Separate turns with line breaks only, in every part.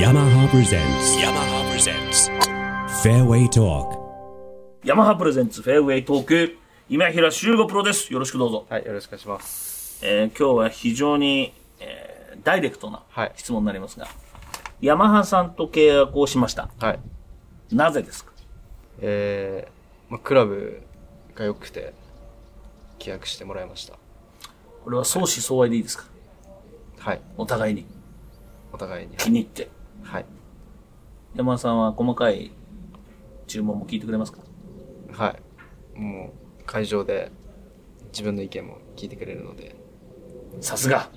yamaha presents yamaha presents fairway talk
ヤマハプレゼンツフェアウェイトーク、今平修吾プロです。よろしくどうぞ。
はい、よろしくお願いします。
えー今日は非常に、えーダイレクトな
はい
質問になりますが、ヤマハさんと契約をしました。
はい。
なぜですか
えー、まあ、クラブが良くて、契約してもらいました。
これは相思相愛でいいですか
はい。
お互いに
お互いに。
気に入って。
はい。
ヤマハさんは細かい注文も聞いてくれますか
はい。もう、会場で自分の意見も聞いてくれるので、
さすが、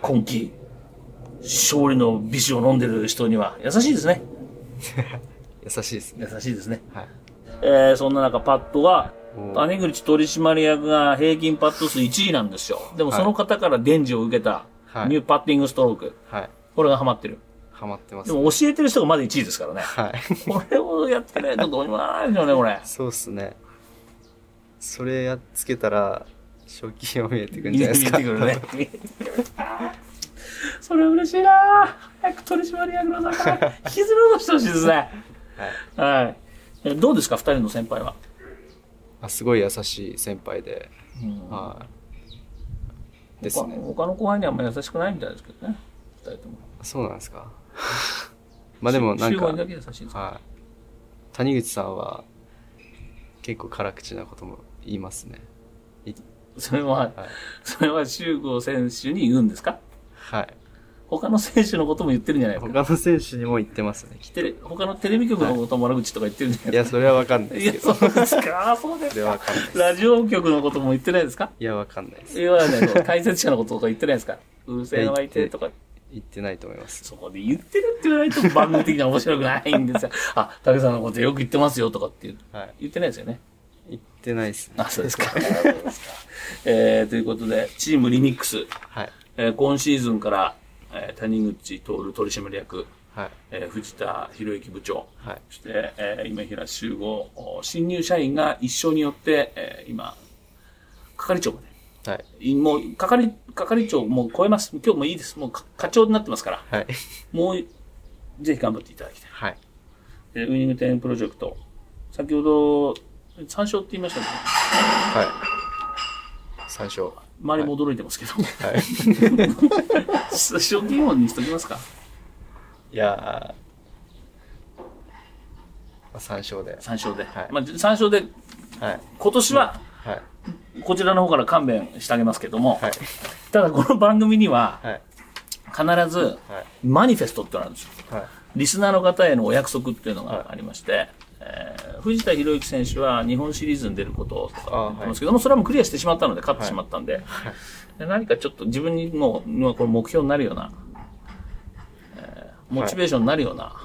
今季、勝利の美酒を飲んでる人には優しいですね。
優しいですね。
優しいですね。
はい。
えーそんな中、パットは
お、ー
谷口取締役が平均パット数1位なんですよ。でも
はい
その方から伝授を受けた
は、い
ニューパッティングストローク。
はい。
これがハマってる。
ハマってま。。
ですも教えてる人がまだ1位ですからね
はい。
これをやってないとどうにもならないですよね、これ。
そうっすね。それやっつけたら、賞金も見えてくるん
見
じ
え
ゃない
て
ですか。
くるね。 それ嬉しいなぁ早く取締役の中から引きずり戻してほしいですね。はい。えどうですか、二人の先輩は。
あすごい優しい先輩で、はい。ですね。
他の後輩にはあんま優しくないみたいですけどね。二人とも。
そうなんですか。 まあでもなん
集合に
か
だ、け優しいですか
はい。谷口さんは、結構辛口なことも言いますね。い
それは、
はい。
それは周郷選手に言うんですか
はい。
他の選手のことも言ってるんじゃないですか
他の選手にも言ってますね。
テレ他のテレビ局のことも悪口とか言ってるんじゃ
い
ない
や、それはわかんない
で
です
すか
けど。
いや、そうですかあそうで
そ
す
れはわ
か
かんないです。
ラジオ局のことも言ってないですか
いや、わかんないです。
言わないの解説者のこととか言ってないですかうるせえのがいてとか。
言ってないと思います。
そこで言ってるって言わないと番組的には面白くないんですよ。あ、武さんのことよく言ってますよとかって言う
はい
言ってないですよね。
言ってないですね。
あ、そうですか。そうですか えー、ということで、チームリミックス。
はい。
えー今シーズンから、えー谷口徹取締役、
はい。
えー藤田博之部長、
はい。
そして、えー今平修吾、お新入社員が一緒によって、えー今、係長ま
はい。
で、いもう係、係長もう超えます。今日もいいです。もうか課長になってますから、
はい。
もう、ぜひ頑張っていただきたい。
はい。
えーウイニング10プロジェクト、先ほど、参照って言いましたけど、
はい。最初。は
周りも驚いてますけど、
い。
賞金王にしときますか。
いやーまあ、3勝で。
参照で。
はい
まあ、参照で、
はい。
今年は、
はい。
こちらの方から勘弁してあげますけども、
はい。
ただこの番組には
はい。
必ず
はい。
マニフェストってのがあるんですよ。
はい。
リスナーの方へのお約束っていうのがありまして、えー藤田博之選手は日本シリーズに出ることとか言ってますけども、それはもうクリアしてしまったので、勝ってしまったんで、で何かちょっと自分にもう、もうこれ目標になるような、えーモチベーションになるような、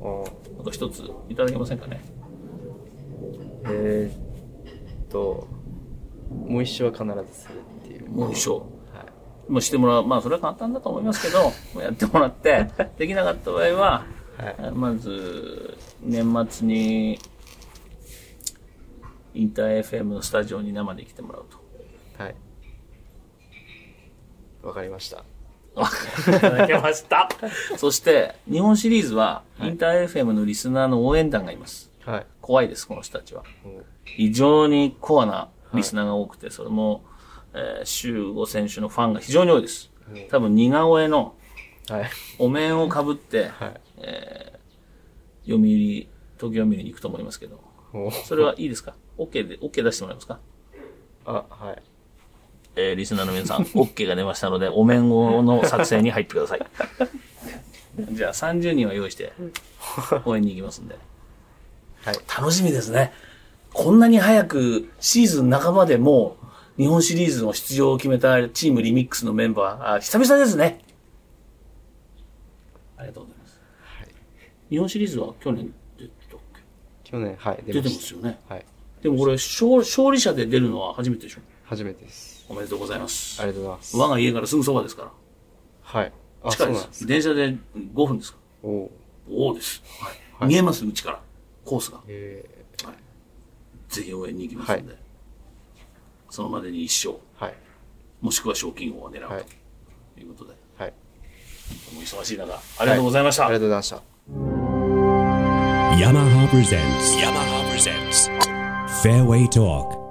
おー
なんか一ついただけませんかね。
えーっと、もう一生は必ずするっていう。
もう一生。
はい。
もうしてもらう。まあ、それは簡単だと思いますけ ど、もうやってもらって、できなかった場合は、
はい
えーまず、年末に、インター FM のスタジオに生で来てもらうと。
はい。わかりました。
いただけました。 そして、日本シリーズは、インター FM のリスナーの応援団がいます。
はい。
怖いです、この人たちは。
もう
非常にコアなリスナーが多くて、それも、えー、周吾選手のファンが非常に多いです。多分、似顔絵の
はい。
お面をかぶって、
はい。
読売、東京読売に行くと思いますけど、
もう、
それはいいですか ?OK で、OK 出してもらえますか
あ、はい。
えー、リスナーの皆さん、OK が出ましたので、お面をの作成に入ってください。 じゃあ、30人は用意して、応援に行きますんで。
はい。
楽しみですね。こんなに早く、シーズン半ばでもう、日本シリーズの出場を決めたチームリミックスのメンバー、あ久々ですね。ありがとうございます。日本シリーズは去年出てたっ
去年、はい、
け
出
出
ま
てま
し
すよね。
た。はい。
でもこれ勝、勝利者で出るのは初めてでしょ
初めてです。
おめでとうございます。
ありがとうございます。
我が家からすぐそばですか
はい。あ、
ら。
そ
近
う
いで
なん
す。
です。
電車で5分ですか
おおー。
おおです、
はい
見えます、うちから。コースが。
え
ぜひ応援に行きますので。そのまでに一勝、
ー、はい。
もしくは賞金王を狙うと
はい。
いうことで。
はい。
お忙しい中、ありがとうございました。
ありがとうございました。
yamaha presents yamaha presents fairway talk